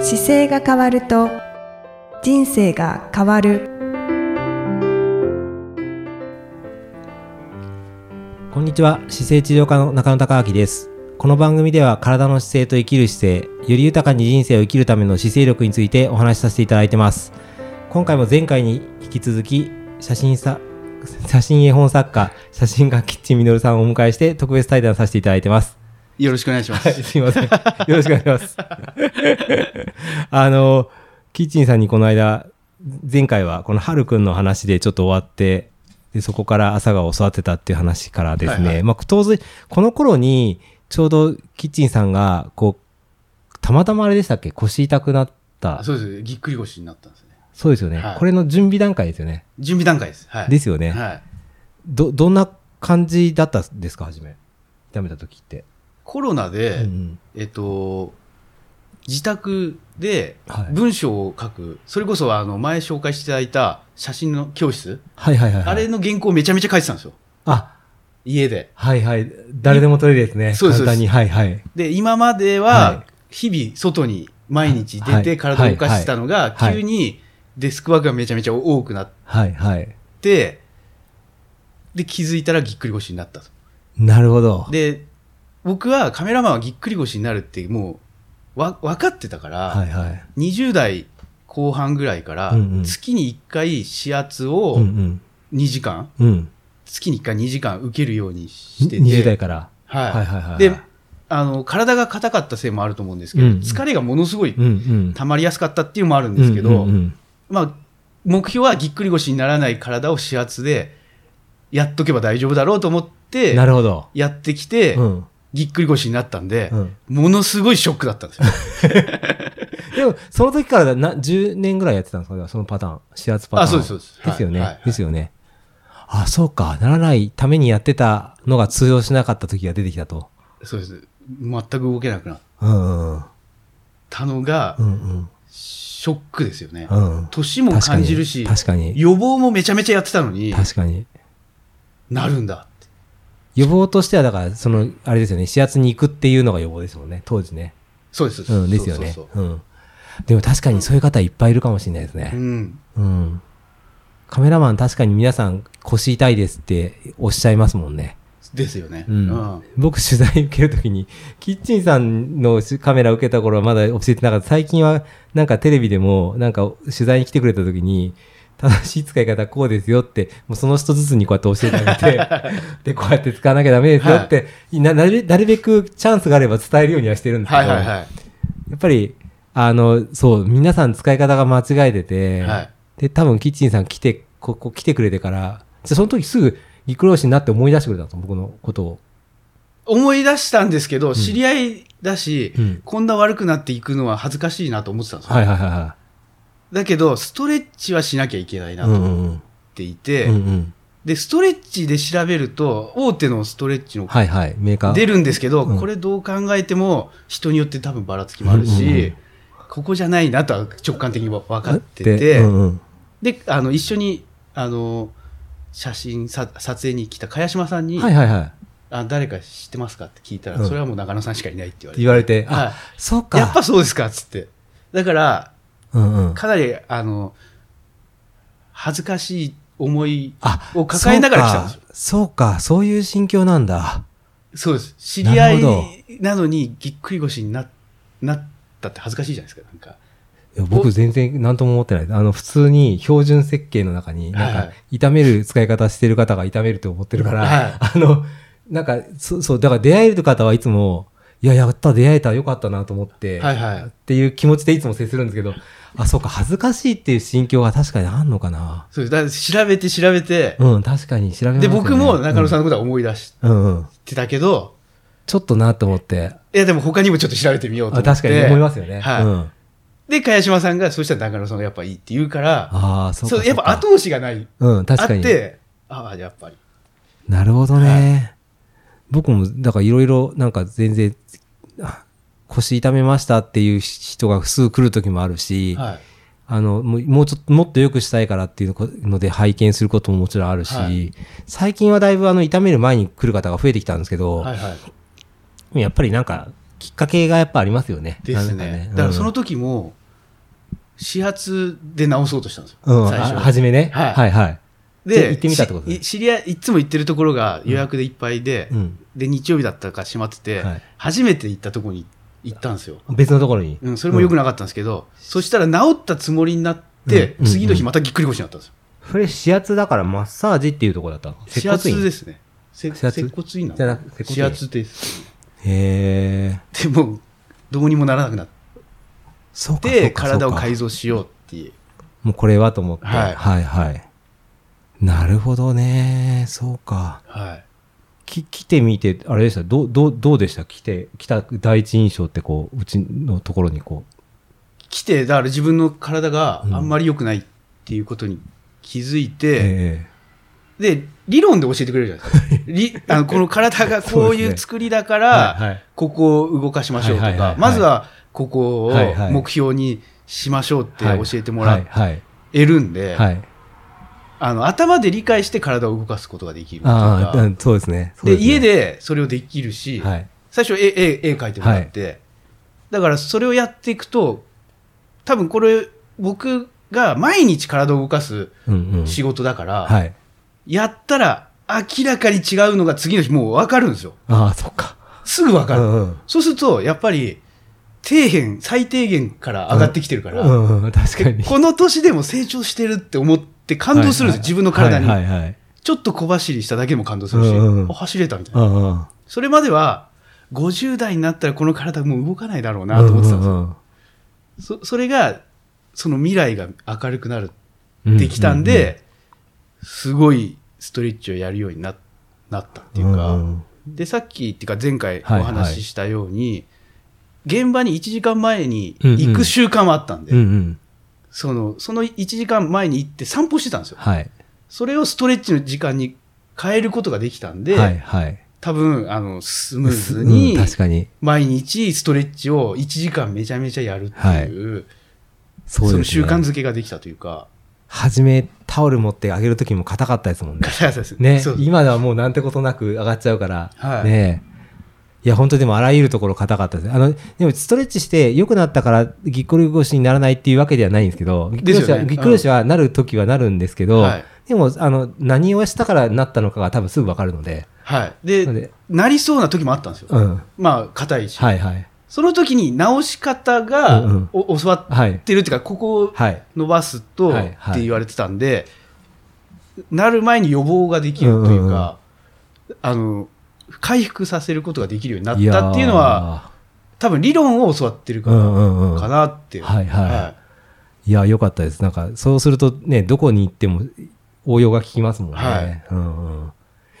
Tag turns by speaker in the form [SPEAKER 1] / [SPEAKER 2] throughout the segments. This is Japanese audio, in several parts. [SPEAKER 1] 姿勢が変わると人生が変わる
[SPEAKER 2] こんにちは姿勢治療科の中野孝明ですこの番組では体の姿勢と生きる姿勢より豊かに人生を生きるための姿勢力についてお話しさせていただいてます今回も前回に引き続き写真さ写真絵本作家写真家キッチンミノルさんをお迎えして特別対談させていただいてます
[SPEAKER 3] よろしくお願いしま
[SPEAKER 2] は
[SPEAKER 3] す。
[SPEAKER 2] い、 すいません。よろしくお願いします。 あの、キッチンさんにこの間、前回はこのハルくんの話でちょっと終わって、でそこから朝顔を育てたっていう話からですね、
[SPEAKER 3] はいはい
[SPEAKER 2] まあ、当然、この頃に、ちょうどキッチンさんが、こう、たまたまあれでしたっけ腰痛くなった。
[SPEAKER 3] あ
[SPEAKER 2] そう
[SPEAKER 3] そうです。ぎっくり腰になったんですね。
[SPEAKER 2] ですよね、
[SPEAKER 3] はい
[SPEAKER 2] これの準備段階ですよね。
[SPEAKER 3] 準備段階です。はい。
[SPEAKER 2] ですよね。
[SPEAKER 3] はい。
[SPEAKER 2] ど、どんな感じだったんですか、初め。痛めた時って。
[SPEAKER 3] コロナで、
[SPEAKER 2] うん
[SPEAKER 3] えっと、自宅で
[SPEAKER 2] はい
[SPEAKER 3] 文章を書く、それこそあの前紹介していただいた写真の教室、
[SPEAKER 2] はいはいはい、はい。
[SPEAKER 3] あれの原稿をめちゃめちゃ書いてたんですよ。
[SPEAKER 2] あ、
[SPEAKER 3] 家で。
[SPEAKER 2] はいはい。誰でも取れるですね。
[SPEAKER 3] そうです
[SPEAKER 2] 簡単に。はいはい。
[SPEAKER 3] で、今まで
[SPEAKER 2] は
[SPEAKER 3] は、日々外に毎日
[SPEAKER 2] は
[SPEAKER 3] 出
[SPEAKER 2] い
[SPEAKER 3] て体を動かしてたのが、
[SPEAKER 2] はい
[SPEAKER 3] 急にデスクワークがめちゃめちゃ多くなっ
[SPEAKER 2] はいはい。
[SPEAKER 3] て、で、気づいたらぎっくり腰になったと。
[SPEAKER 2] なるほど。
[SPEAKER 3] で、僕はカメラマンはぎっくり腰になるってもうわ分かってたから、
[SPEAKER 2] はいはい。
[SPEAKER 3] 20代後半ぐらいから、
[SPEAKER 2] うんうん
[SPEAKER 3] 月に1回指圧
[SPEAKER 2] う
[SPEAKER 3] を
[SPEAKER 2] ん
[SPEAKER 3] 2時間、
[SPEAKER 2] うん。うん。
[SPEAKER 3] 月に1回2時間受けるようにしてて、
[SPEAKER 2] 20代から。
[SPEAKER 3] はい
[SPEAKER 2] はいはいはい。
[SPEAKER 3] であの体が硬かったせいもあると思うんですけど、
[SPEAKER 2] うんうん
[SPEAKER 3] 疲れがものすごい
[SPEAKER 2] うんうん。
[SPEAKER 3] 溜まりやすかったっていうのもあるんですけど、
[SPEAKER 2] うんうんうん
[SPEAKER 3] まあ、目標はぎっくり腰にならない体を指圧でやっとけば大丈夫だろうと思って
[SPEAKER 2] なるほど。
[SPEAKER 3] やってきて、
[SPEAKER 2] うん。
[SPEAKER 3] ぎっくり腰になったんで、
[SPEAKER 2] うん
[SPEAKER 3] ものすごいショックだったんですよ。
[SPEAKER 2] でも、その時からな10年ぐらいやってたんですかそのパターン。指圧パターン。
[SPEAKER 3] あそうですそうです
[SPEAKER 2] ですよ
[SPEAKER 3] はいはい
[SPEAKER 2] ね
[SPEAKER 3] は。い
[SPEAKER 2] ですよね。あ、そうか。ならないためにやってたのが通用しなかった時が出てきたと。
[SPEAKER 3] そうです。全く動けなくなっ
[SPEAKER 2] うんうん。
[SPEAKER 3] たのが
[SPEAKER 2] う、んうん。
[SPEAKER 3] ショックですよね。
[SPEAKER 2] うん。
[SPEAKER 3] 年も感じるし、
[SPEAKER 2] 確かに。
[SPEAKER 3] 予防もめちゃめちゃやってたのに、
[SPEAKER 2] 確かに。
[SPEAKER 3] なるんだって。
[SPEAKER 2] 予防としては、だから、その、あれですよね、視圧に行くっていうのが予防ですもんね、当時ね。
[SPEAKER 3] そうです。
[SPEAKER 2] うん、ですよね
[SPEAKER 3] そう。そう
[SPEAKER 2] うん。でも確かにそういう方いっぱいいるかもしれないです
[SPEAKER 3] そうう
[SPEAKER 2] ね。
[SPEAKER 3] ん。
[SPEAKER 2] うん。カメラマン確かに皆さん腰痛いですっておっしゃいますもんね。
[SPEAKER 3] ですよね。
[SPEAKER 2] う
[SPEAKER 3] うんん。
[SPEAKER 2] 僕取材受けるときに、キッチンさんのカメラ受けた頃はまだ教えてなかった。最近はなんかテレビでもなんか取材に来てくれたときに、正しい使い方こうですよって、もうその人ずつにこうやって教えてあ げて、で、こうやって使わなきゃダメですよって、ななるなるべくチャンスがあれば伝えるようにはしてるんですけど、
[SPEAKER 3] はいはいはい。
[SPEAKER 2] やっぱり、あの、そう、皆さん使い方が間違えてて、
[SPEAKER 3] はい
[SPEAKER 2] で、多分キッチンさん来て、ここ来てくれてから、じゃその時すぐ、ぎっくり腰になって思い出してくれたと、僕のことを。
[SPEAKER 3] 思い出したんですけど、知り合いだし、
[SPEAKER 2] うん
[SPEAKER 3] こんな悪くなっていくのは恥ずかしいなと思ってたんですよ。
[SPEAKER 2] はいはいはいは
[SPEAKER 3] だけど、ストレッチはしなきゃいけない
[SPEAKER 2] い。
[SPEAKER 3] なと
[SPEAKER 2] う
[SPEAKER 3] 思っ
[SPEAKER 2] んうん
[SPEAKER 3] ていて、
[SPEAKER 2] うんうん。
[SPEAKER 3] で、ストレッチで調べると、大手のストレッチの
[SPEAKER 2] はいはい、メーカー。
[SPEAKER 3] 出
[SPEAKER 2] る
[SPEAKER 3] るんですけど、
[SPEAKER 2] うん
[SPEAKER 3] これどう考えても人によって多分ばらつきもあるし、
[SPEAKER 2] うんうん
[SPEAKER 3] ここじゃないなとは直感的に分かってて、
[SPEAKER 2] うんうん。
[SPEAKER 3] であの一緒にあの写真さ撮影に来た茅島さんに、
[SPEAKER 2] はいはいはい。
[SPEAKER 3] あ誰か知ってますかって聞いたら、
[SPEAKER 2] うん
[SPEAKER 3] それはもう中野さんしかいないって言われて
[SPEAKER 2] 言われて、
[SPEAKER 3] は
[SPEAKER 2] あ
[SPEAKER 3] い、
[SPEAKER 2] そうか。
[SPEAKER 3] やっぱそうですかっつってだから
[SPEAKER 2] うんうん。
[SPEAKER 3] かなりあの恥ずかしい思い
[SPEAKER 2] あ
[SPEAKER 3] を抱えながら来たんですよ
[SPEAKER 2] そうか、そうかそういう心境なんだ。
[SPEAKER 3] そうです知り合
[SPEAKER 2] なるほ
[SPEAKER 3] いなのにぎっくり腰にななったって恥ずかしいじゃないですかなんか。
[SPEAKER 2] いや僕全然何とも思ってない。あの、普通に標準設計の中に、
[SPEAKER 3] は
[SPEAKER 2] ないん
[SPEAKER 3] は
[SPEAKER 2] か、痛める使い方してる方が痛めると思ってるから、
[SPEAKER 3] はい
[SPEAKER 2] あの、なんか、そう、そう、だから出会える方はいつも、いや、やった、出会えた、よかったなと思って、
[SPEAKER 3] はいはい
[SPEAKER 2] っていう気持ちでいつも接するんですけど、あ、そうか、恥ずかしいっていう心境が確かにあんのかな。
[SPEAKER 3] そうです。だから調べて調べて、
[SPEAKER 2] うん、確かに調べます
[SPEAKER 3] で、
[SPEAKER 2] よね
[SPEAKER 3] 僕も中野さんのことは思い出し
[SPEAKER 2] うん、うんうん。
[SPEAKER 3] てたけど、
[SPEAKER 2] ちょっとなと思って、
[SPEAKER 3] いや、でも他にもちょっと調べてみようと思
[SPEAKER 2] あ
[SPEAKER 3] って。
[SPEAKER 2] 確かに思いますよね。
[SPEAKER 3] はい
[SPEAKER 2] うん、
[SPEAKER 3] で、茅島さんが、そうしたら中野さんがやっぱいいって言うから、
[SPEAKER 2] ああ、そうか
[SPEAKER 3] そうやっぱ
[SPEAKER 2] そうか
[SPEAKER 3] 後押しがない。
[SPEAKER 2] うん、確かに。
[SPEAKER 3] あって、ああ、やっぱり。
[SPEAKER 2] なるほどね。僕も、だからいろいろ、なんか全然、あ腰痛めましたっていう人がすぐ来る時もあるし、
[SPEAKER 3] はい。
[SPEAKER 2] あの、もうもうちょっと、もっと良くしたいからっていうので拝見することももちろんあるし、
[SPEAKER 3] はい
[SPEAKER 2] 最近はだいぶあの、痛める前に来る方が増えてきたんですけど、
[SPEAKER 3] はいはい。
[SPEAKER 2] やっぱりなんか、きっかけがやっぱありますよね。
[SPEAKER 3] です
[SPEAKER 2] なん
[SPEAKER 3] ね。だからその、時も、始発で直そうとしたんですよ。
[SPEAKER 2] うんうん、
[SPEAKER 3] 最初
[SPEAKER 2] あ初めね、は。
[SPEAKER 3] はいい
[SPEAKER 2] はいはいで行ってみたってこと
[SPEAKER 3] しい知り合い、いつも行ってるところが予約でいっぱいで、
[SPEAKER 2] うん
[SPEAKER 3] で、日曜日だったから閉まってて、
[SPEAKER 2] はい
[SPEAKER 3] 初めて行ったところに行ったんですよ。
[SPEAKER 2] 別のところに。
[SPEAKER 3] うん、それも良くなかったんですけど、そしたら治ったつもりになって、
[SPEAKER 2] うん
[SPEAKER 3] 次の日またぎっくり腰になったんですよ。
[SPEAKER 2] それ、指圧だからマッサージっていうところだったの。
[SPEAKER 3] 始発ですすね。せ
[SPEAKER 2] 始発
[SPEAKER 3] 接骨院な
[SPEAKER 2] じゃな
[SPEAKER 3] の
[SPEAKER 2] く接骨
[SPEAKER 3] 始
[SPEAKER 2] 院
[SPEAKER 3] 発です。
[SPEAKER 2] へー。
[SPEAKER 3] でも、どうにもならなくなっ
[SPEAKER 2] そうかそう
[SPEAKER 3] て、
[SPEAKER 2] かそう
[SPEAKER 3] 体を
[SPEAKER 2] か
[SPEAKER 3] 改造しようっていう。
[SPEAKER 2] もうこれはと思って。は、
[SPEAKER 3] はいい
[SPEAKER 2] はい、はい。なるほどね。そうか。
[SPEAKER 3] はい。
[SPEAKER 2] き来てみて、あれでしたどう、どう、どうでした来て、来た第一印象ってこう、うちのところにこう。
[SPEAKER 3] 来て、だから自分の体があんまり良くないっていうことに気づいて、
[SPEAKER 2] え
[SPEAKER 3] で、理論で教えてくれるじゃない ですか。りあのこの体がこう
[SPEAKER 2] そうです
[SPEAKER 3] いう
[SPEAKER 2] ね
[SPEAKER 3] 作りだか
[SPEAKER 2] え
[SPEAKER 3] ら、
[SPEAKER 2] はい。
[SPEAKER 3] ここを動かしましょうと
[SPEAKER 2] はいはいはいは
[SPEAKER 3] か
[SPEAKER 2] い、
[SPEAKER 3] まずはここを
[SPEAKER 2] はいはい
[SPEAKER 3] 目標にしましょうって
[SPEAKER 2] はい
[SPEAKER 3] 教えてもら
[SPEAKER 2] はい、
[SPEAKER 3] えるんで、
[SPEAKER 2] はい。はい。
[SPEAKER 3] あの頭で理解して体を動かすことができると
[SPEAKER 2] ああ、う
[SPEAKER 3] か。
[SPEAKER 2] んそうですね。そう
[SPEAKER 3] で、
[SPEAKER 2] すね
[SPEAKER 3] 家、でそれをできるし、
[SPEAKER 2] はい。
[SPEAKER 3] 最初絵、絵、絵描いてもらって、だからそれをやっていくと、多分これ、僕が毎日体を動かす
[SPEAKER 2] うんうん。
[SPEAKER 3] 仕事だから、
[SPEAKER 2] はい。
[SPEAKER 3] やったら明らかに違うのが次の日もう分かるんですよ。
[SPEAKER 2] ああ、そっか。
[SPEAKER 3] すぐ分かる。
[SPEAKER 2] うんうん
[SPEAKER 3] そうすると、やっぱり、底辺、最低限から上がってきてるから、
[SPEAKER 2] うんうん、確かに。
[SPEAKER 3] この年でも成長してるって思って感動するんですよ、自分の体に。
[SPEAKER 2] はいはいはい。
[SPEAKER 3] ちょっと小走りしただけでも感動するし、
[SPEAKER 2] うんうん
[SPEAKER 3] あ走れたみたいな。
[SPEAKER 2] うんうん。
[SPEAKER 3] それまでは、50代になったらこの体もう動かないだろうなと思ってたんですよ。そそれが、その未来が明るくなるってきたんで、すごいストレッチをやるようにななったっていうか、
[SPEAKER 2] うんうん
[SPEAKER 3] で、さっきっていうか前回お
[SPEAKER 2] はい
[SPEAKER 3] 話ししたように、現場に1時間前に
[SPEAKER 2] うんうん
[SPEAKER 3] 行く習慣はあったんで、
[SPEAKER 2] うんうん。
[SPEAKER 3] その、その1時間前に行って散歩してたんですよ。
[SPEAKER 2] はい。
[SPEAKER 3] それをストレッチの時間に変えることができたんで、
[SPEAKER 2] はいはい。
[SPEAKER 3] 多分、あの、スムーズに、
[SPEAKER 2] うん確かに。
[SPEAKER 3] 毎日ストレッチを1時間めちゃめちゃやるっていう、
[SPEAKER 2] そ
[SPEAKER 3] そうの
[SPEAKER 2] です
[SPEAKER 3] 習
[SPEAKER 2] ね。
[SPEAKER 3] 慣づけができたというか、
[SPEAKER 2] はじめ、タオル持ってあげるときも硬かったですもんね
[SPEAKER 3] ガ。サガサです
[SPEAKER 2] ね
[SPEAKER 3] そう、
[SPEAKER 2] 今ではもうなんてことなく上がっちゃうから、
[SPEAKER 3] はい
[SPEAKER 2] ねいや、本当にでもあらゆるところ硬かったです。あの、でもストレッチして良くなったからぎっくり腰にならないっていうわけではないんですけど、ぎっくり
[SPEAKER 3] です
[SPEAKER 2] 腰
[SPEAKER 3] よ
[SPEAKER 2] は、
[SPEAKER 3] ね
[SPEAKER 2] ぎっくり腰はなるときはなるんですけど、
[SPEAKER 3] はい
[SPEAKER 2] でも、あの、何をしたからなったのかが多分すぐわかるので、
[SPEAKER 3] はい。で
[SPEAKER 2] なんで
[SPEAKER 3] なりそうな時もあったんですよ。
[SPEAKER 2] うん。
[SPEAKER 3] まあ、硬いし。
[SPEAKER 2] はいはい。
[SPEAKER 3] その時に直し方が、
[SPEAKER 2] うんうん
[SPEAKER 3] お教わ
[SPEAKER 2] はい
[SPEAKER 3] ってるっていうか、ここを
[SPEAKER 2] はい。
[SPEAKER 3] 伸ばすと、
[SPEAKER 2] はいはい
[SPEAKER 3] って言われてたんで、なる前に予防ができるというか、あの、回復させることができるようになったっていうのは、多分理論を教わってる
[SPEAKER 2] いやー、
[SPEAKER 3] か
[SPEAKER 2] う
[SPEAKER 3] ら
[SPEAKER 2] んうんうん。
[SPEAKER 3] かなって。
[SPEAKER 2] はいはいいや、良かったです。なんか、そうするとね、どこに行っても応用が効きますもんね。
[SPEAKER 3] はい
[SPEAKER 2] うんうん。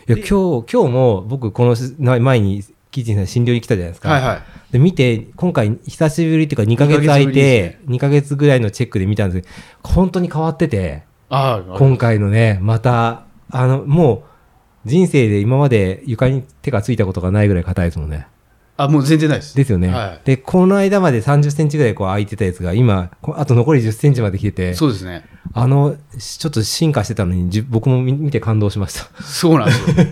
[SPEAKER 2] いや、今日、今日も僕、このしな前に、キッチンさん診療に来たじゃないですか。
[SPEAKER 3] はいはい。
[SPEAKER 2] で、見て、今回、久しぶりっていうか、2ヶ月空いて、2ヶ月ぐらいのチェックで見たんですけど、本当に変わってて、
[SPEAKER 3] ああ、
[SPEAKER 2] 今回のね、また、あの、もう、人生で今まで床に手がついたことがないぐらい硬いですもんね。
[SPEAKER 3] あ、もう全然ないです。
[SPEAKER 2] ですよね。
[SPEAKER 3] は
[SPEAKER 2] で、この間まで30センチぐらいこう空いてたやつが、今、こあと残り10センチまで来てて、
[SPEAKER 3] い。そうですね。
[SPEAKER 2] あの、しちょっと進化してたのに、じゅ僕も見見て感動しました。
[SPEAKER 3] そうなんです よ。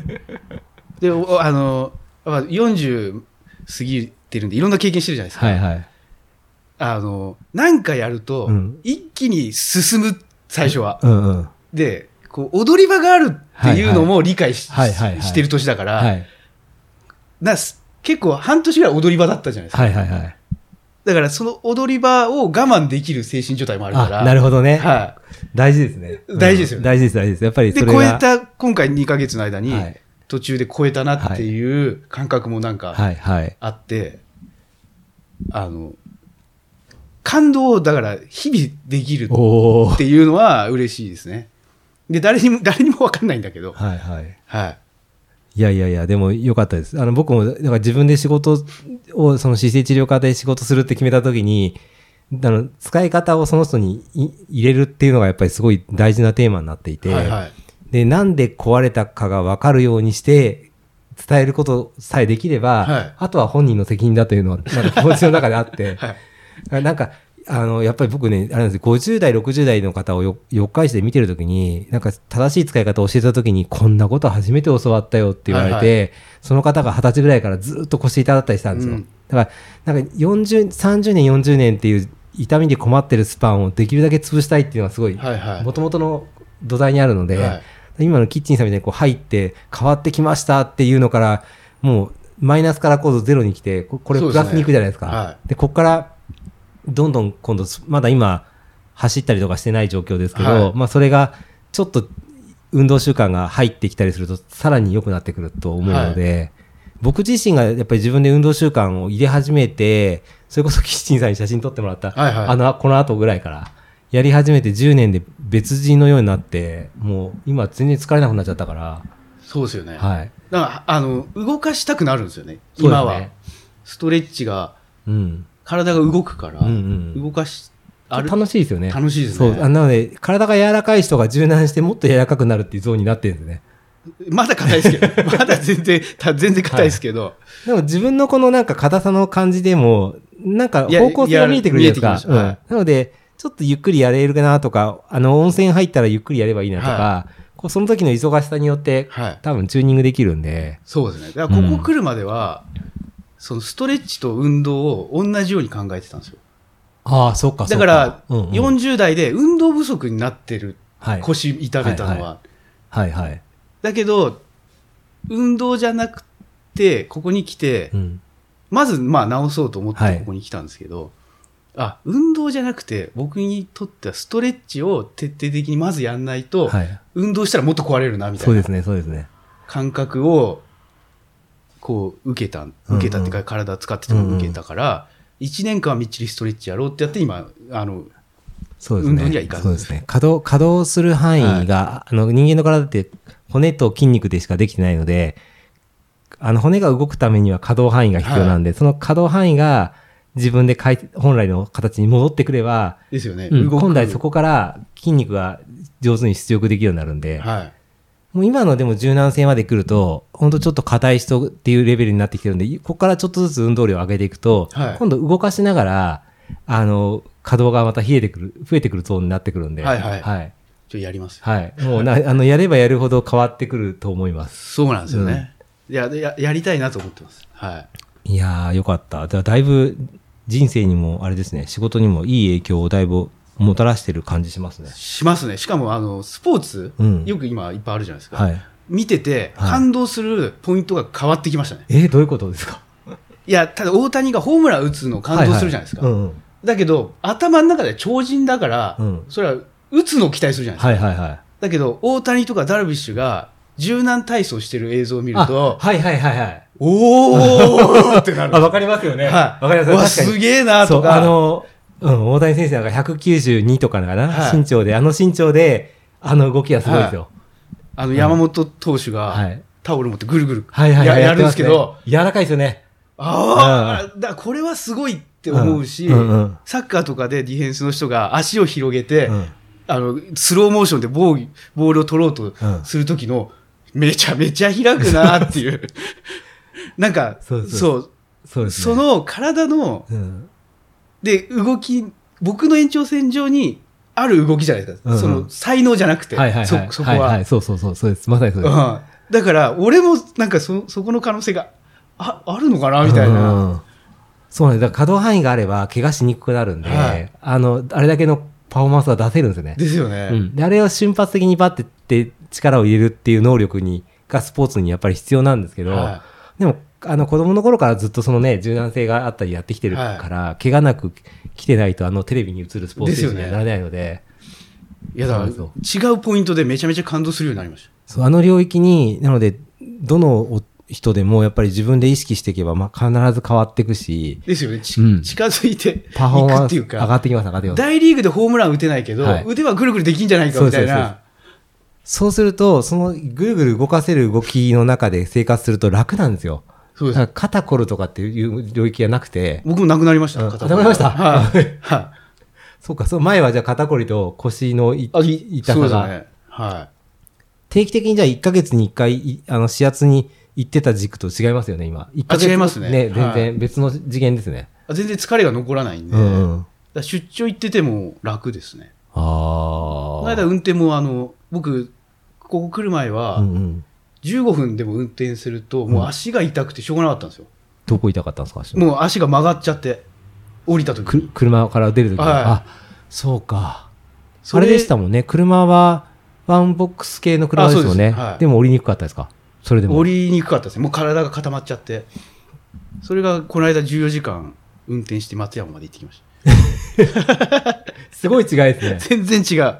[SPEAKER 3] で、おあの、まあ40過ぎてるんで、いろんな経験してるじゃないですか。
[SPEAKER 2] はいはい。
[SPEAKER 3] あの、なんかやると、
[SPEAKER 2] うん
[SPEAKER 3] 一気に進む、最初は。
[SPEAKER 2] うんうん。
[SPEAKER 3] で、こう、踊り場があるっていうのも理解し,、
[SPEAKER 2] はいはいはい
[SPEAKER 3] してる年だから、
[SPEAKER 2] はい。
[SPEAKER 3] なす結構半年ぐらい踊り場だったじゃないですか。
[SPEAKER 2] はいはいはい。
[SPEAKER 3] だから、その踊り場を我慢できる精神状態もあるから。
[SPEAKER 2] あ、なるほどね。
[SPEAKER 3] は
[SPEAKER 2] 大事ですね。
[SPEAKER 3] 大事ですよ
[SPEAKER 2] うん
[SPEAKER 3] ね
[SPEAKER 2] 大事です、大事です。やっぱ
[SPEAKER 3] い。
[SPEAKER 2] り
[SPEAKER 3] で、
[SPEAKER 2] それ
[SPEAKER 3] 超え
[SPEAKER 2] が。
[SPEAKER 3] た、今回2ヶ月の間に、
[SPEAKER 2] はい
[SPEAKER 3] 途中で超えたなっていう感覚もなんか、
[SPEAKER 2] はいはい。
[SPEAKER 3] あって、あの、感動をだから日々できるっ
[SPEAKER 2] おー
[SPEAKER 3] ていうのは嬉しいですね。で、誰にも、誰にもわかんないんだけど、
[SPEAKER 2] はいはい。
[SPEAKER 3] はい。
[SPEAKER 2] いやいやいや、でも良かったです。あの、僕も、だから自分で仕事を、その姿勢治療科で仕事するって決めたときに、あの、使い方をその人にい入れるっていうのがやっぱりすごい大事なテーマになっていて、
[SPEAKER 3] はいはい。
[SPEAKER 2] で、なんで壊れたかが分かるようにして、伝えることさえできれば、
[SPEAKER 3] はい
[SPEAKER 2] あとは本人の責任だというのは、なんか気持ちの中であって、
[SPEAKER 3] はい。
[SPEAKER 2] なんか、あの、やっぱり僕ね、あれなんですよ50代、60代の方をよ四日市で見てるときに、なんか正しい使い方を教えたときに、こんなこと初めて教わったよって言われて、
[SPEAKER 3] はい
[SPEAKER 2] その方が二十歳ぐらいからずっと腰痛だったりしたんですよ。
[SPEAKER 3] うん
[SPEAKER 2] だから、なんか40、30年、40年っていう痛みで困ってるスパンをできるだけ潰したいっていうのはすごい、
[SPEAKER 3] はいはい。
[SPEAKER 2] もともとの土台にあるので、
[SPEAKER 3] はい
[SPEAKER 2] 今のキッチンさんみたいにこう入って変わってきましたっていうのから、もうマイナスから今度ゼロに来て、ここれ
[SPEAKER 3] そう
[SPEAKER 2] プ
[SPEAKER 3] ですね
[SPEAKER 2] ラスに行くじゃないですか。
[SPEAKER 3] は
[SPEAKER 2] で、ここからどんどん今度、まだ今走ったりとかしてない状況ですけど、
[SPEAKER 3] はい
[SPEAKER 2] まあそれがちょっと運動習慣が入ってきたりすると、さらに良くなってくると思うので、僕自身がやっぱり自分で運動習慣を入れ始めて、それこそキッチンさんに写真撮ってもらった、
[SPEAKER 3] はいはい
[SPEAKER 2] あの、この後ぐらいから、やり始めて10年で別人のようになって、もう今全然疲れなくなっちゃったから、
[SPEAKER 3] そうですよね。
[SPEAKER 2] はい。
[SPEAKER 3] だから、あの、動かしたくなるんですよね。
[SPEAKER 2] そうですね
[SPEAKER 3] 今は。ストレッチが、
[SPEAKER 2] うん。
[SPEAKER 3] 体が動くから、
[SPEAKER 2] うんうん
[SPEAKER 3] 動かし、ある。
[SPEAKER 2] 楽しいですよね。
[SPEAKER 3] 楽しいです
[SPEAKER 2] そ
[SPEAKER 3] ね
[SPEAKER 2] う。あなので、体が柔らかい人が柔軟してもっと柔らかくなるっていうゾーンになってるんですね。
[SPEAKER 3] まだ硬いですけど、 まだ全然、た全然硬いですけど、
[SPEAKER 2] でも自分のこのなんか硬さの感じでも、なんか
[SPEAKER 3] いや
[SPEAKER 2] 方向性が見えてくるじゃないですか。
[SPEAKER 3] いや
[SPEAKER 2] う
[SPEAKER 3] 見え
[SPEAKER 2] ん
[SPEAKER 3] て
[SPEAKER 2] なので、ちょっとゆっくりやれるかなとか、あの、温泉入ったらゆっくりやればいいなとか、
[SPEAKER 3] は
[SPEAKER 2] こうその時の忙しさによって、
[SPEAKER 3] はい。
[SPEAKER 2] 多分チューニングできるんで、
[SPEAKER 3] そうですね。だから、こ
[SPEAKER 2] うん
[SPEAKER 3] こ来るまでは、そのストレッチと運動を同じように考えてたんですよ。
[SPEAKER 2] ああ、そっか、そ
[SPEAKER 3] だ
[SPEAKER 2] っ
[SPEAKER 3] から、
[SPEAKER 2] うんうん
[SPEAKER 3] 40代で運動不足になってる、
[SPEAKER 2] はい、
[SPEAKER 3] 腰痛めたのは。
[SPEAKER 2] はいはいはい。
[SPEAKER 3] だけど、運動じゃなくて、ここに来て、
[SPEAKER 2] うん。
[SPEAKER 3] まず、まあ、直そうと思っ
[SPEAKER 2] は
[SPEAKER 3] て
[SPEAKER 2] い
[SPEAKER 3] ここに来たんですけど、あ、運動じゃなくて、僕にとってはストレッチを徹底的にまずやんないと、
[SPEAKER 2] はい。
[SPEAKER 3] 運動したらもっと壊れるな、みた
[SPEAKER 2] そ
[SPEAKER 3] いうな
[SPEAKER 2] ですね、そうですね。
[SPEAKER 3] 感覚を、こう、受けた、受けたっていうか、
[SPEAKER 2] う
[SPEAKER 3] 体使ってても受けたから、1年間みっちりストレッチやろうってやって、今、あの、
[SPEAKER 2] そうですね。
[SPEAKER 3] 運動にはいかず
[SPEAKER 2] そうですね。稼働、稼働する範囲が、あの、人間の体って骨と筋肉でしかできてないので、あの、骨が動くためには可動範囲が必要なんで、その可動範囲が自分でかい本来の形に戻ってくれば、
[SPEAKER 3] ですよね。
[SPEAKER 2] うん
[SPEAKER 3] 動く
[SPEAKER 2] 本来そこから筋肉が上手に出力できるようになるんで、
[SPEAKER 3] はい。
[SPEAKER 2] もう今のでも柔軟性まで来ると、ほんとちょっと硬い人っていうレベルになってきてるんで、ここからちょっとずつ運動量を上げていくと、
[SPEAKER 3] はい
[SPEAKER 2] 今度動かしながら、あの、可動がまた冷えてくる、増えてくるゾーンになってくるんで、
[SPEAKER 3] はいはい
[SPEAKER 2] はい。
[SPEAKER 3] ちょっとやりますよ。
[SPEAKER 2] はいもうな、 あの、やればやるほど変わってくると思います。
[SPEAKER 3] そうなんですよね。いやや、やりたいなと思ってます。はい。
[SPEAKER 2] いやー、よかった。だだいぶ人生にも、あれですね、仕事にもいい影響をだいぶもたらしてる感じしますね。
[SPEAKER 3] しますね。しかも、あの、スポーツ、
[SPEAKER 2] うん
[SPEAKER 3] よく今いっぱいあるじゃないですか。
[SPEAKER 2] はい。
[SPEAKER 3] 見てて、
[SPEAKER 2] はい
[SPEAKER 3] 感動するポイントが変わってきましたね。
[SPEAKER 2] えーどういうことですか
[SPEAKER 3] いや、ただ大谷がホームラン打つの感動するじゃないですか。
[SPEAKER 2] はいはい、うんうん。
[SPEAKER 3] だけど、頭の中では超人だから、
[SPEAKER 2] うん
[SPEAKER 3] それは打つのを期待するじゃないですか。
[SPEAKER 2] はいはいはい。
[SPEAKER 3] だけど、大谷とかダルビッシュが柔軟体操してる映像を見る
[SPEAKER 2] あ
[SPEAKER 3] と、
[SPEAKER 2] はいはいはいはい。
[SPEAKER 3] お ーってなる。
[SPEAKER 2] あ、わかりますよね。
[SPEAKER 3] はい。
[SPEAKER 2] わかります。
[SPEAKER 3] うわ
[SPEAKER 2] 確かに
[SPEAKER 3] すげえな
[SPEAKER 2] そ
[SPEAKER 3] と
[SPEAKER 2] う、
[SPEAKER 3] か。
[SPEAKER 2] あの、うん、大谷先生なんか192とかかな、
[SPEAKER 3] はい
[SPEAKER 2] 身長で、あの身長で、あの動きはすごいですよ。
[SPEAKER 3] あの山本投手が、
[SPEAKER 2] はい
[SPEAKER 3] タオル持ってぐるぐる
[SPEAKER 2] はいはい
[SPEAKER 3] や
[SPEAKER 2] はい。
[SPEAKER 3] や
[SPEAKER 2] っ
[SPEAKER 3] るんで
[SPEAKER 2] てます
[SPEAKER 3] けど、
[SPEAKER 2] すね、柔らかいですよね。
[SPEAKER 3] ああ、だこれはすごいって思うし、
[SPEAKER 2] うんうんうん
[SPEAKER 3] サッカーとかでディフェンスの人が足を広げて、
[SPEAKER 2] うん
[SPEAKER 3] あのスローモーションでボーボールを取ろうと
[SPEAKER 2] うん
[SPEAKER 3] する時の、めちゃめちゃ開くなっていう、なんか、
[SPEAKER 2] そうそう
[SPEAKER 3] そう
[SPEAKER 2] そうです
[SPEAKER 3] そ
[SPEAKER 2] ね。
[SPEAKER 3] の体の、
[SPEAKER 2] うん、
[SPEAKER 3] で、動き、僕の延長線上にある動きじゃないですか。
[SPEAKER 2] うんうん
[SPEAKER 3] その、才能じゃなくて、
[SPEAKER 2] はいはいはい。
[SPEAKER 3] そそこは。
[SPEAKER 2] いいそうそうそう、そうです。まさにそうです。
[SPEAKER 3] うんだから、俺もなんかそそこの可能性がああるのかなみたいな。
[SPEAKER 2] うんそうなんです。だから可動範囲があれば、怪我しにくくなるんで、
[SPEAKER 3] はい
[SPEAKER 2] あの、あれだけのパフォーマンスは出せるんですよね。
[SPEAKER 3] ですよね。
[SPEAKER 2] うん、であれを瞬発的にバッてって力を入れるっていう能力にがスポーツにやっぱり必要なんですけど、
[SPEAKER 3] は
[SPEAKER 2] でもあの子供の頃からずっとそのね柔軟性があったりやってきてるから、怪我なく来てないとあのテレビに映るスポーツ選手にはならないので
[SPEAKER 3] いやだから
[SPEAKER 2] そうなん
[SPEAKER 3] 違うポイントでめちゃめちゃ感動するようになりまし。
[SPEAKER 2] そうあの領域になのでどのお人でもやっぱり自分で意識していけば、まあ、必ず変わっていくした
[SPEAKER 3] ですよね。ち
[SPEAKER 2] うん
[SPEAKER 3] 近づいてい
[SPEAKER 2] パフォーマ
[SPEAKER 3] くっ
[SPEAKER 2] ン
[SPEAKER 3] て
[SPEAKER 2] ス
[SPEAKER 3] いう
[SPEAKER 2] 上が
[SPEAKER 3] か、
[SPEAKER 2] ってきます上がってきます。
[SPEAKER 3] 大リーグでホームラン打てないけど、
[SPEAKER 2] はい
[SPEAKER 3] 腕はぐるぐるできんじゃないかみたい
[SPEAKER 2] そうです
[SPEAKER 3] な。
[SPEAKER 2] そうするとそのぐるぐる動かせる動きの中で生活すると楽なんですよ。
[SPEAKER 3] そうです
[SPEAKER 2] だから肩こるとかっていう領域がなくて、
[SPEAKER 3] 僕もなくなりました。
[SPEAKER 2] うん
[SPEAKER 3] 肩
[SPEAKER 2] なくなりました
[SPEAKER 3] はい。は
[SPEAKER 2] そうか、そう前はじゃあ肩こりと腰のい
[SPEAKER 3] い
[SPEAKER 2] い痛
[SPEAKER 3] そう
[SPEAKER 2] さが、
[SPEAKER 3] ですね。は
[SPEAKER 2] 定期的にじゃあ1ヶ月に1回いあの指圧に行ってた軸と違いますよね、今。一ヶ月
[SPEAKER 3] 違いますね
[SPEAKER 2] ね、全
[SPEAKER 3] は
[SPEAKER 2] 然別の次元ですね。
[SPEAKER 3] い。全然疲れが残らないんで、
[SPEAKER 2] うんうん、あ
[SPEAKER 3] だから出張行ってても楽ですね。こ
[SPEAKER 2] あ
[SPEAKER 3] の間運転もあの、僕、ここ来る前は、
[SPEAKER 2] うんうん
[SPEAKER 3] 15分でも運転すると、もう足が痛くてしょうがなかったんですよ。
[SPEAKER 2] どこ痛かったんですか足の
[SPEAKER 3] もう足が曲がっちゃって、降りた時
[SPEAKER 2] く車から出るとき、
[SPEAKER 3] はい
[SPEAKER 2] あそうか
[SPEAKER 3] そ
[SPEAKER 2] あれでした
[SPEAKER 3] ん。
[SPEAKER 2] もんね車はワンボックス系の車ですよね
[SPEAKER 3] あ
[SPEAKER 2] で
[SPEAKER 3] そうですはい
[SPEAKER 2] も降りにくかったですかそれでも
[SPEAKER 3] 降りにくかったですね。もう体が固まっちゃって。それがこの間14時間運転して松山まで行ってきまし
[SPEAKER 2] すごい違いですね
[SPEAKER 3] た。全然違う。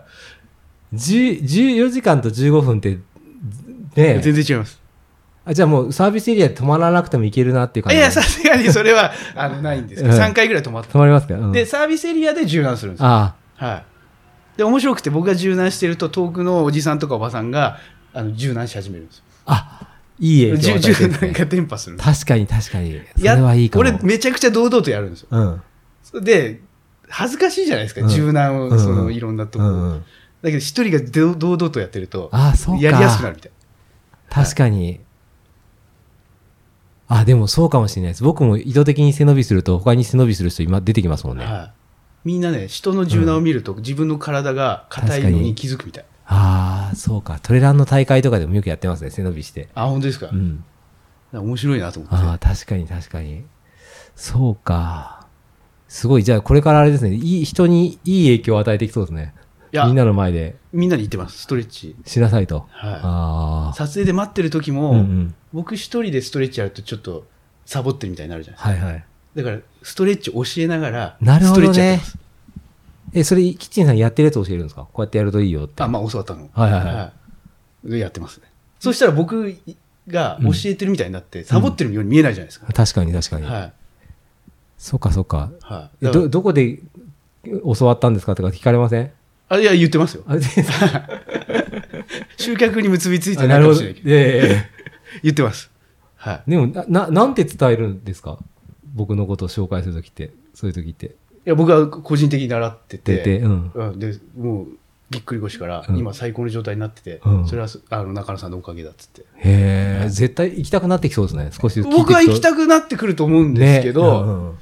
[SPEAKER 2] 10 14時間と15分ってね
[SPEAKER 3] 全然違います。
[SPEAKER 2] あじゃあもうサービスエリアで止まらなくても行けるなっていう感
[SPEAKER 3] い
[SPEAKER 2] じ
[SPEAKER 3] や、さすがにそれは、 あの、ないんですけど、
[SPEAKER 2] うん
[SPEAKER 3] 3回ぐらい止まった。
[SPEAKER 2] 止まりますか、うん
[SPEAKER 3] で、サービスエリアで柔軟するんですよ
[SPEAKER 2] あ
[SPEAKER 3] はい。で、面白くて僕が柔軟してると、遠くのおじさんとかおばさんが、あの、柔軟し始めるんですよ。
[SPEAKER 2] あいい影響を与えてるんで
[SPEAKER 3] 柔柔
[SPEAKER 2] すね
[SPEAKER 3] 軟が伝播するんです
[SPEAKER 2] 確かに確かにそ
[SPEAKER 3] いや
[SPEAKER 2] れはいいかも
[SPEAKER 3] 俺めちゃくちゃ堂々とやるんですよ。
[SPEAKER 2] うん
[SPEAKER 3] で、恥ずかしいじゃないですか、
[SPEAKER 2] うん
[SPEAKER 3] 柔軟
[SPEAKER 2] うんう
[SPEAKER 3] を、
[SPEAKER 2] ん
[SPEAKER 3] そのいろんなとこ、
[SPEAKER 2] うんうん
[SPEAKER 3] だけど一人が堂堂々とやってると、
[SPEAKER 2] あそうか
[SPEAKER 3] やりやすくなるみたい
[SPEAKER 2] 確かに。あ、でもそうかもしれないです。僕も意図的に背伸びすると、他に背伸びする人今出てきますもん
[SPEAKER 3] な、
[SPEAKER 2] ね。
[SPEAKER 3] はい。みんなね、人の柔軟を見ると、自分の体が硬いのに気づくみたい。
[SPEAKER 2] ああ、そうか。トレランの大会とかでもよくやってますね、背伸びして。
[SPEAKER 3] あ、本当ですか。
[SPEAKER 2] う
[SPEAKER 3] だか
[SPEAKER 2] ん。
[SPEAKER 3] ら面白いなと思って。
[SPEAKER 2] ああ、確かに確かに。そうか。すごい。じゃあ、これからあれですね、いい、人にいい影響を与えてきそうですね。
[SPEAKER 3] いや
[SPEAKER 2] みんなの前で
[SPEAKER 3] みんなに言ってます、ストレッチ。
[SPEAKER 2] しなさいと。あ
[SPEAKER 3] はい。撮影で待ってる時
[SPEAKER 2] あ。
[SPEAKER 3] も、
[SPEAKER 2] うんうん。
[SPEAKER 3] 僕一人でストレッチやるとちょっとサボってるみたいになるじゃない
[SPEAKER 2] はいはい。
[SPEAKER 3] ですかだからストレッチ教えながら
[SPEAKER 2] なる
[SPEAKER 3] ス
[SPEAKER 2] ほ
[SPEAKER 3] トレ
[SPEAKER 2] ど
[SPEAKER 3] ッチやっ
[SPEAKER 2] ね
[SPEAKER 3] てます、。
[SPEAKER 2] え、それ、キッチンさんやってるやつ教えるんですかこうやってやるといいよって。
[SPEAKER 3] あまあ教わったの
[SPEAKER 2] はいはいはい
[SPEAKER 3] いでやってますねそしたら僕が教えてるみたいになって、サボってるように見えないじゃないですか、
[SPEAKER 2] 確かに確かに。
[SPEAKER 3] はい
[SPEAKER 2] そうかそうか。
[SPEAKER 3] は
[SPEAKER 2] え
[SPEAKER 3] いだから
[SPEAKER 2] どどこで教わったんですかとか聞かれません
[SPEAKER 3] あいや言ってますよ
[SPEAKER 2] あ全然
[SPEAKER 3] 集客に結びついて
[SPEAKER 2] あ
[SPEAKER 3] な
[SPEAKER 2] ないる
[SPEAKER 3] かも
[SPEAKER 2] ほ
[SPEAKER 3] し
[SPEAKER 2] ど。
[SPEAKER 3] れ
[SPEAKER 2] い
[SPEAKER 3] な
[SPEAKER 2] や
[SPEAKER 3] い
[SPEAKER 2] い
[SPEAKER 3] けど
[SPEAKER 2] やいや
[SPEAKER 3] 言ってますはい
[SPEAKER 2] でもなな、なんて伝えるんですか僕のことを紹介するときって、そういうときって。
[SPEAKER 3] いや僕は個人的に習ってて
[SPEAKER 2] で、で、うん。
[SPEAKER 3] うん、でもうぎっくり腰から、
[SPEAKER 2] うん
[SPEAKER 3] 今最高の状態になってて、
[SPEAKER 2] うん
[SPEAKER 3] それはすあの中野さんのおかげだっつって
[SPEAKER 2] へえ、絶対行きたくなってきそうですね。少しずつ聞いて
[SPEAKER 3] 僕は行
[SPEAKER 2] く
[SPEAKER 3] きたくなってくると思うん
[SPEAKER 2] と
[SPEAKER 3] ですけど、
[SPEAKER 2] ねうんうん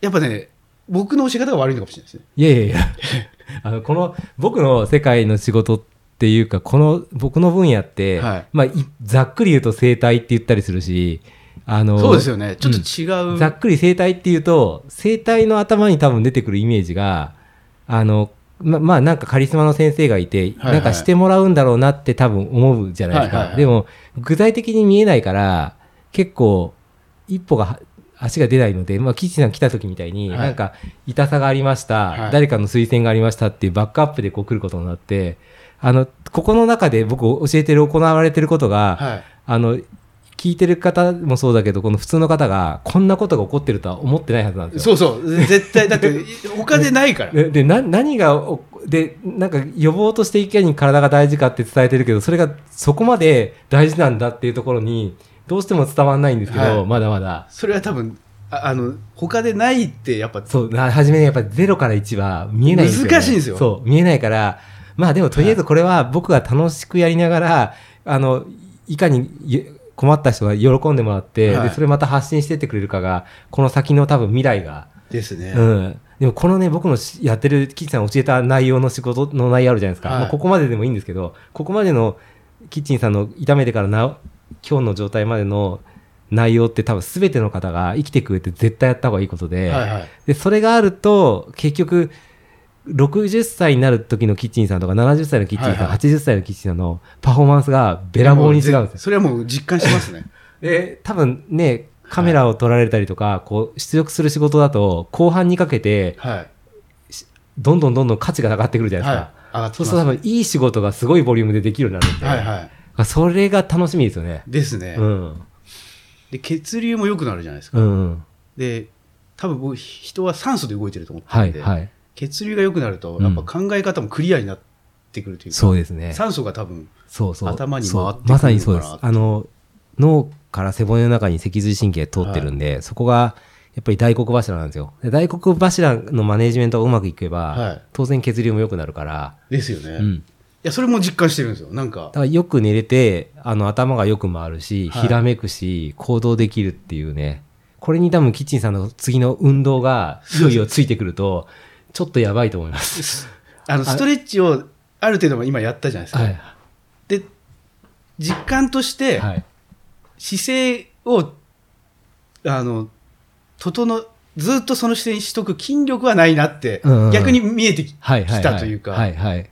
[SPEAKER 3] やっぱね、僕の教え方が悪いのかもしれないですね。
[SPEAKER 2] いやいやいや。 あの、この、僕の世界の仕事っていうか、この、僕の分野って、
[SPEAKER 3] はい
[SPEAKER 2] まあ、いざっくり言うと生態って言ったりするし、あの、
[SPEAKER 3] そうですよね。ちょっと違う。
[SPEAKER 2] ざっくり生態っていうと生態の頭に多分出てくるイメージがあのままあなんかカリスマの先生がいて、
[SPEAKER 3] はい
[SPEAKER 2] なんかしてもらうんだろうなって多分思うじゃないですか、
[SPEAKER 3] はいはいはい
[SPEAKER 2] でも具体的に見えないから結構一歩がは足が出ないので、まあ、岸さん来た時みたいに、
[SPEAKER 3] はい
[SPEAKER 2] なんか痛さがありました、
[SPEAKER 3] はい
[SPEAKER 2] 誰かの推薦がありましたっていうバックアップでこう来ることになってあのここの中で僕教えてる行われてることが、
[SPEAKER 3] はい。
[SPEAKER 2] あの聞いてる方もそうだけどこの普通の方がこんなことが起こってるとは思ってないはずなんですよ。
[SPEAKER 3] そうそう。絶対、だって、い他でな いから。
[SPEAKER 2] ででな何がおでなんか予防としていかに体が大事かって伝えてるけどそれがそこまで大事なんだっていうところにどうしても伝わらないんですけど、
[SPEAKER 3] はい
[SPEAKER 2] まだまだ
[SPEAKER 3] それは多分、ああの、他でないって、やっぱ、
[SPEAKER 2] そうな初めにやっぱり0から1は見えないんですよ、ね、
[SPEAKER 3] 難しいんですよ
[SPEAKER 2] そう見えないからまあでもとりあえずこれは僕が楽しくやりながら、あのいかにゆ困った人が喜んでもらって、
[SPEAKER 3] はい
[SPEAKER 2] でそれまた発信してってくれるかがこの先の多分未来が、
[SPEAKER 3] ですね。
[SPEAKER 2] うん、でもこのね僕のしやってるキッチンさん教えた内容の仕事の内容あるじゃないですか、
[SPEAKER 3] はい
[SPEAKER 2] まあ、ここまででもいいんですけどここまでのキッチンさんの炒めてからな今日の状態までの内容って多分全ての方が生きていく上って絶対やった方がいいことで、
[SPEAKER 3] はいはい。
[SPEAKER 2] でそれがあると結局60歳になる時のキッチンさんとか70歳のキッチンさん、
[SPEAKER 3] はいはい
[SPEAKER 2] 80歳のキッチンさんのパフォーマンスがべらぼうに違うんですよ。
[SPEAKER 3] それはもう実感しま すね。
[SPEAKER 2] で多分ねカメラを撮られたりとか、こう出力する仕事だと後半にかけて
[SPEAKER 3] はい。
[SPEAKER 2] どんどんどんどん価値が上がってくるじゃない
[SPEAKER 3] は
[SPEAKER 2] で
[SPEAKER 3] い。
[SPEAKER 2] すか
[SPEAKER 3] 上、がってき
[SPEAKER 2] そう
[SPEAKER 3] ます
[SPEAKER 2] ると多分いい仕事がすごいボリュームでできるようになるんで、
[SPEAKER 3] はいは
[SPEAKER 2] それが楽しみですよね。
[SPEAKER 3] い。ですね、
[SPEAKER 2] うん
[SPEAKER 3] で、血流も良くなるじゃないですか。
[SPEAKER 2] うんうん
[SPEAKER 3] で、多分僕、人は酸素で動いてると思って
[SPEAKER 2] は
[SPEAKER 3] るん
[SPEAKER 2] い
[SPEAKER 3] で、
[SPEAKER 2] はい
[SPEAKER 3] 血流が良くなると、やっぱ考え方もクリアになってくるというか、
[SPEAKER 2] そうですね。
[SPEAKER 3] 酸素が多分、
[SPEAKER 2] そうそう。
[SPEAKER 3] 頭に回ってくるのか
[SPEAKER 2] そう
[SPEAKER 3] な
[SPEAKER 2] まさにそうです
[SPEAKER 3] っ。て
[SPEAKER 2] あの、脳から背骨の中に脊髄神経通ってるんで、そこが、やっぱり大黒柱なんですよ。で大黒柱のマネジメントがうまくいけば、
[SPEAKER 3] はい
[SPEAKER 2] 当然血流も良くなるから、
[SPEAKER 3] ですよね。
[SPEAKER 2] うん
[SPEAKER 3] いや、それも実感してるんですよ。なんか
[SPEAKER 2] だ、からよく寝れて、あの、頭がよく回るし、
[SPEAKER 3] はい
[SPEAKER 2] ひらめくし、行動できるっていうね。これに多分、キッチンさんの次の運動が、いよいよついてくると、ちょっとやばいと思います。
[SPEAKER 3] あのストレッチをある程度今やったじゃないですか。
[SPEAKER 2] はい。
[SPEAKER 3] で、実感として
[SPEAKER 2] はい。
[SPEAKER 3] 姿勢をあの、整、ずっとその視点にしとく筋力はないなって
[SPEAKER 2] うんうんうん、
[SPEAKER 3] 逆に見えてき
[SPEAKER 2] はいはい、はい。
[SPEAKER 3] 来たというか
[SPEAKER 2] はいはい。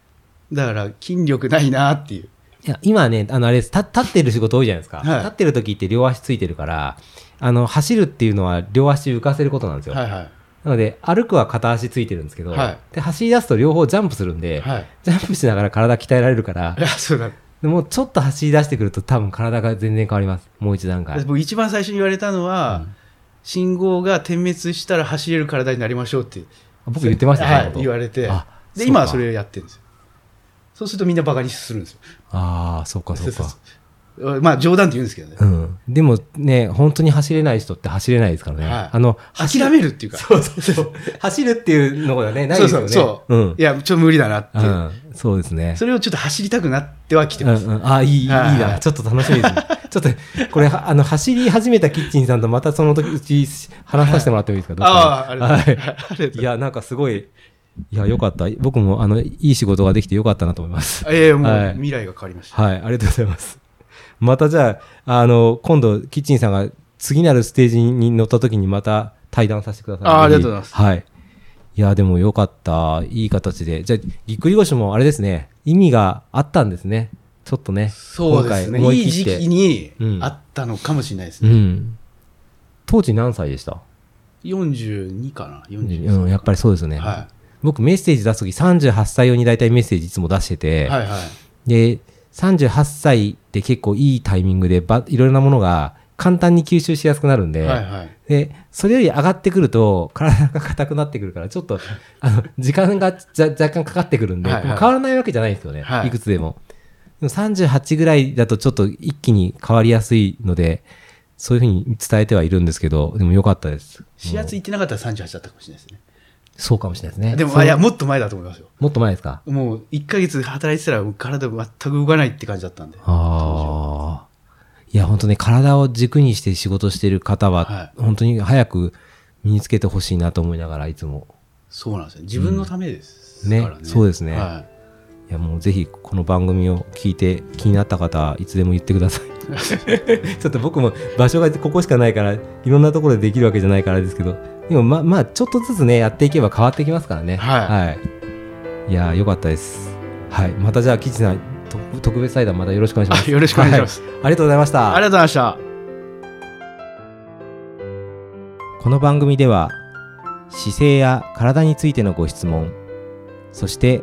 [SPEAKER 3] だから、筋力ないなっていう。
[SPEAKER 2] いや今ね、あのあれです、立立ってる仕事多いじゃないですか、
[SPEAKER 3] はい
[SPEAKER 2] 立ってる時って両足ついてるから、あの走るっていうのは両足浮かせることなんですよ、
[SPEAKER 3] はいは
[SPEAKER 2] なので、歩くは片足ついてるんですけど、
[SPEAKER 3] は
[SPEAKER 2] で走り出すと両方ジャンプするん
[SPEAKER 3] い。
[SPEAKER 2] で、
[SPEAKER 3] はい。
[SPEAKER 2] ジャンプしながら体鍛えられるから
[SPEAKER 3] い、や、そうだ。
[SPEAKER 2] でもうちょっと走り出してくると、多分体が全然変わります、もう一段階。
[SPEAKER 3] 僕一番最初に言われたのは、信号が点滅したら走れる体になりましょうって
[SPEAKER 2] 僕言ってましたね、
[SPEAKER 3] は
[SPEAKER 2] その
[SPEAKER 3] い、
[SPEAKER 2] こと
[SPEAKER 3] 言われて
[SPEAKER 2] あそう
[SPEAKER 3] で
[SPEAKER 2] か
[SPEAKER 3] 今はそれをやってるんですよそうするとみんなバカにするんですよ
[SPEAKER 2] ああ、そうか、そう
[SPEAKER 3] そう
[SPEAKER 2] か
[SPEAKER 3] そ。まあ冗談って言うんですけどね
[SPEAKER 2] うん、でもね、本当に走れない人って走れないですからね。
[SPEAKER 3] はい
[SPEAKER 2] あの走る
[SPEAKER 3] 諦めるっていうか
[SPEAKER 2] そうそうそう。走るっていうのがね、ない
[SPEAKER 3] そ
[SPEAKER 2] で
[SPEAKER 3] う
[SPEAKER 2] すよ
[SPEAKER 3] そ
[SPEAKER 2] ね。
[SPEAKER 3] うそう、
[SPEAKER 2] うん
[SPEAKER 3] い。やちょっと無理だなって、
[SPEAKER 2] うん、そうですね。
[SPEAKER 3] それをちょっと走りたくなってはきて
[SPEAKER 2] うん
[SPEAKER 3] ます、
[SPEAKER 2] うん、あいいいい
[SPEAKER 3] はい
[SPEAKER 2] な、ちょっと楽しみです ね。ちょっと、これ、はあの、走り始めたキッチンさんとまたその時、うち、話させてもらってもいいですか、
[SPEAKER 3] あああり
[SPEAKER 2] どっ
[SPEAKER 3] が
[SPEAKER 2] か
[SPEAKER 3] と
[SPEAKER 2] で
[SPEAKER 3] うございますありがとう
[SPEAKER 2] はい。
[SPEAKER 3] ござい
[SPEAKER 2] いや、なんかすごい、いや、よかった。僕も、あの、いい仕事ができてよかったなと思います。
[SPEAKER 3] ええもう、
[SPEAKER 2] はい
[SPEAKER 3] 未来が変わりました、
[SPEAKER 2] はい、ありがとうございます。またじゃあ、あの、今度、キッチンさんが次なるステージに乗った時にまた対談させてください。
[SPEAKER 3] あありがとうございます
[SPEAKER 2] はい。いや、でもよかった。いい形で。じゃあ、ぎっくり腰もあれですね、意味があったんですね。ちょっとね。
[SPEAKER 3] そうです
[SPEAKER 2] 今
[SPEAKER 3] ね
[SPEAKER 2] 回思
[SPEAKER 3] い
[SPEAKER 2] い
[SPEAKER 3] い
[SPEAKER 2] 切
[SPEAKER 3] 時
[SPEAKER 2] って
[SPEAKER 3] 期に
[SPEAKER 2] うん
[SPEAKER 3] あったのかもしれないです
[SPEAKER 2] う
[SPEAKER 3] ね、
[SPEAKER 2] ん。当時何歳でした
[SPEAKER 3] 42かな42
[SPEAKER 2] うん、やっぱりそうですよね。
[SPEAKER 3] は
[SPEAKER 2] 僕、メッセージ出すとき38歳用に大体メッセージいつも出してて、
[SPEAKER 3] い、はいはい
[SPEAKER 2] で38歳って結構いいタイミングでばいろいろなものが簡単に吸収しやすくなるんで,、
[SPEAKER 3] はいはい
[SPEAKER 2] でそれより上がってくると体が硬くなってくるからちょっとあの時間がじゃ若干かかってくるんで、
[SPEAKER 3] はいはい
[SPEAKER 2] でも変わらないわけじゃないですよね、
[SPEAKER 3] はい
[SPEAKER 2] い、くつでもでも38ぐらいだとちょっと一気に変わりやすいのでそういうふうに伝えてはいるんですけどでも良かったです
[SPEAKER 3] 4月行ってなかったら38だったかもしれないですね
[SPEAKER 2] そうかもしれないですね
[SPEAKER 3] でも、
[SPEAKER 2] そう
[SPEAKER 3] あいや、もっと前だと思いますよ。
[SPEAKER 2] もっと前ですか
[SPEAKER 3] もう、1ヶ月働いてたら、体全く動かないって感じだったんで。
[SPEAKER 2] ああ。いや、本当ね、体を軸にして仕事してる方は、
[SPEAKER 3] は
[SPEAKER 2] 本当に早く身につけてほしいなと思いながらいつも。
[SPEAKER 3] そうなんですよ。自分のためです
[SPEAKER 2] うん
[SPEAKER 3] か
[SPEAKER 2] ね
[SPEAKER 3] らね。
[SPEAKER 2] そうですね
[SPEAKER 3] はい
[SPEAKER 2] や、もうぜひこの番組を聞いて気になった方、いつでも言ってくだ さい。ちょっと僕も場所がここしかないから、いろんなところでできるわけじゃないからあれですけど、でもま、まあ、ちょっとずつね、やっていけば変わってきますからね。。
[SPEAKER 3] はい
[SPEAKER 2] いやー、よかったです。はい。またじゃあ、吉さん、と特別対談またよろしくお願いしま
[SPEAKER 3] い。あ
[SPEAKER 2] す。
[SPEAKER 3] よろしくお願いしま
[SPEAKER 2] は
[SPEAKER 3] す。
[SPEAKER 2] い。ありがとうございました。
[SPEAKER 3] ありがとうございました。
[SPEAKER 2] この番組では姿勢や体についてのご質問そして